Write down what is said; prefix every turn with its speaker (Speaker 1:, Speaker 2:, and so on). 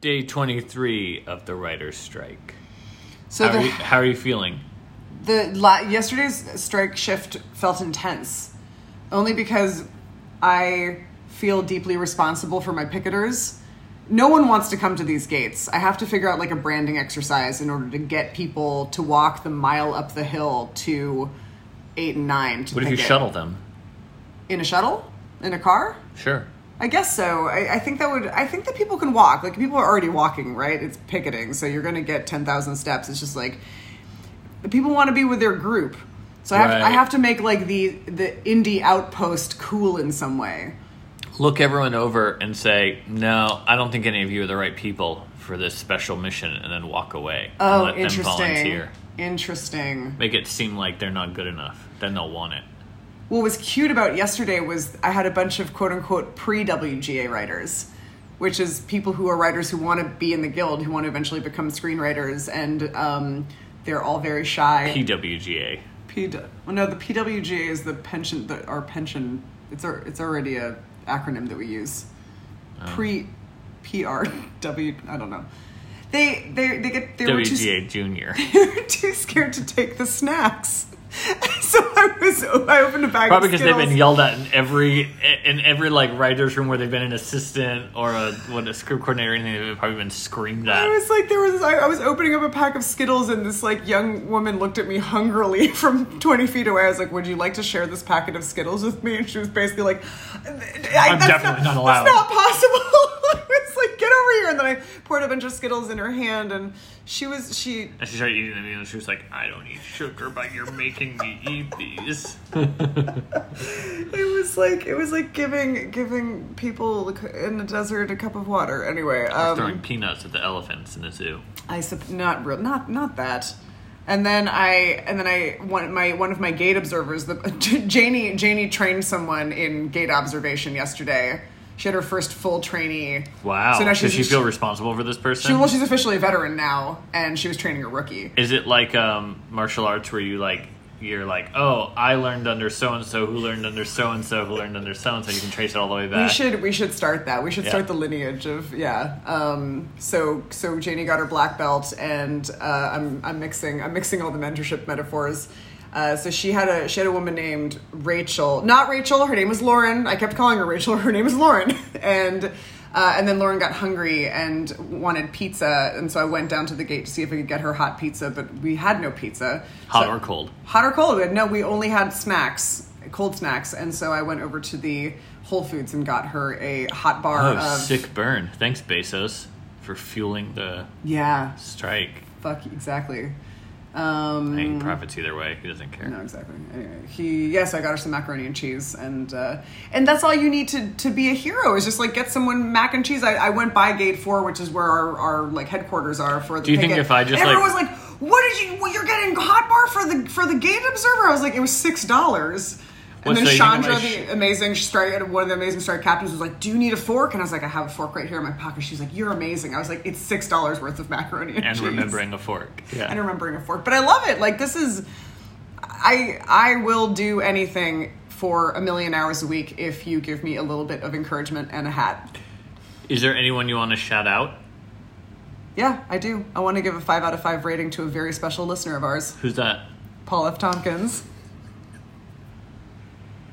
Speaker 1: day 23 of the writer's strike.
Speaker 2: So
Speaker 1: how, are
Speaker 2: the
Speaker 1: you, how are you feeling?
Speaker 2: the la- yesterday's strike shift felt intense, only because I feel deeply responsible for my picketers. No one wants to come to these gates. I have to figure out like a branding exercise in order to get people to walk the mile up the hill to eight and nine. To
Speaker 1: What if you
Speaker 2: picket.
Speaker 1: shuttle them?
Speaker 2: in a shuttle in a car?
Speaker 1: Sure.
Speaker 2: I guess so. I, I think that would. I think that people can walk. Like people are already walking, right? It's picketing, so you're going to get ten thousand steps. It's just like the people want to be with their group. So I have,
Speaker 1: Right.
Speaker 2: I have to make like the the indie outpost cool in some way.
Speaker 1: Look everyone over and say, no, I don't think any of you are the right people for this special mission, and then walk away. and
Speaker 2: Oh,
Speaker 1: let
Speaker 2: interesting.
Speaker 1: them volunteer.
Speaker 2: Interesting.
Speaker 1: Make it seem like they're not good enough. Then they'll want it.
Speaker 2: What was cute about yesterday was I had a bunch of quote unquote pre WGA writers, which is people who are writers who want to be in the guild, who want to eventually become screenwriters, and um, they're all very shy.
Speaker 1: PWGA.
Speaker 2: P. Well, no, the PWGA is the pension. The, our pension. It's our, It's already a acronym that we use.
Speaker 1: Oh.
Speaker 2: Pre, PRW. I don't know. They they they get they were too,
Speaker 1: WGA Junior.
Speaker 2: they were too scared to take the snacks. so I was I opened a bag.
Speaker 1: Probably
Speaker 2: of
Speaker 1: because they've been
Speaker 2: Skittles.
Speaker 1: yelled at in every in every like writers room where they've been an assistant or a what a script coordinator. or Anything they've probably been screamed
Speaker 2: I
Speaker 1: at.
Speaker 2: was like, there was. I, I was opening up a pack of Skittles, and this like young woman looked at me hungrily from twenty feet away. I was like, "Would you like to share this packet of Skittles with me?" And she was basically like, I,
Speaker 1: I'm
Speaker 2: that's
Speaker 1: definitely not allowed."
Speaker 2: That's not possible." I was like, "Get over here!" And then I poured a bunch of Skittles in her hand, and she was she.
Speaker 1: And she started eating them, and she was like, "I don't eat sugar, but you're making me eat these."
Speaker 2: It was like it was like giving giving people in the desert a cup of water. Anyway, um,
Speaker 1: Throwing peanuts at the elephants in the zoo.
Speaker 2: I sup- not real, not not that. And then I and then I one my one of my gate observers, the Janie Janie trained someone in gate observation yesterday. She had her first full trainee.
Speaker 1: Wow.
Speaker 2: So now
Speaker 1: Does
Speaker 2: she's
Speaker 1: she feel responsible for this person?
Speaker 2: she- well, she's officially a veteran now, and she was training a rookie.
Speaker 1: Is it like um, martial arts where you like you're like, oh, I learned under so and so, who learned under so and so, who learned under so and so? You can trace it all the way
Speaker 2: We
Speaker 1: back.
Speaker 2: should we should start that. We should
Speaker 1: Yeah.
Speaker 2: start the lineage of yeah. Um, so so Janie got her black belt, and uh, I'm I'm mixing I'm mixing all the mentorship metaphors. Uh, so she had a she had a woman named Rachel, not Rachel. Her name was Lauren. I kept calling her Rachel. Her name was Lauren, and. Uh, and then Lauren got hungry and wanted pizza, and so I went down to the gate to see if we could get her hot pizza, but we had no pizza.
Speaker 1: Hot
Speaker 2: So-
Speaker 1: or cold?
Speaker 2: hot or cold. We had- No, we only had snacks, cold snacks, and so I went over to the Whole Foods and got her a hot bar
Speaker 1: Oh,
Speaker 2: of
Speaker 1: sick burn. Thanks, Bezos, for fueling the
Speaker 2: yeah,
Speaker 1: strike.
Speaker 2: fuck exactly. Um,
Speaker 1: I mean, profits either way. He doesn't care.
Speaker 2: no, exactly. Anyway, he yes, I got her some macaroni and cheese, and uh, and that's all you need to to be a hero is just like get someone mac and cheese. I, I went by Gate Four, which is where our, our like headquarters are for the.
Speaker 1: Do you think
Speaker 2: picket.
Speaker 1: if I just,
Speaker 2: and everyone
Speaker 1: like-
Speaker 2: was like, "What did you? Well, you're getting hot bar for the for the Gate Observer?" I was like, "It was six dollars."
Speaker 1: Well,
Speaker 2: And then
Speaker 1: so you think if
Speaker 2: Chandra,
Speaker 1: I sh-
Speaker 2: the amazing strike, one of the amazing strike captains, was like, "Do you need a fork?" And I was like, "I have a fork right here in my pocket." She's like, "You're amazing." I was like, "It's six dollars worth of macaroni and,
Speaker 1: And
Speaker 2: cheese."
Speaker 1: remembering a fork. Yeah.
Speaker 2: and remembering a fork. But I love it. Like this is, I I will do anything for a million hours a week if you give me a little bit of encouragement and a hat.
Speaker 1: Is there anyone you want to shout out?
Speaker 2: Yeah, I do. I want to give a five out of five rating to a very special listener of ours,
Speaker 1: Who's that?
Speaker 2: Paul F. Tompkins.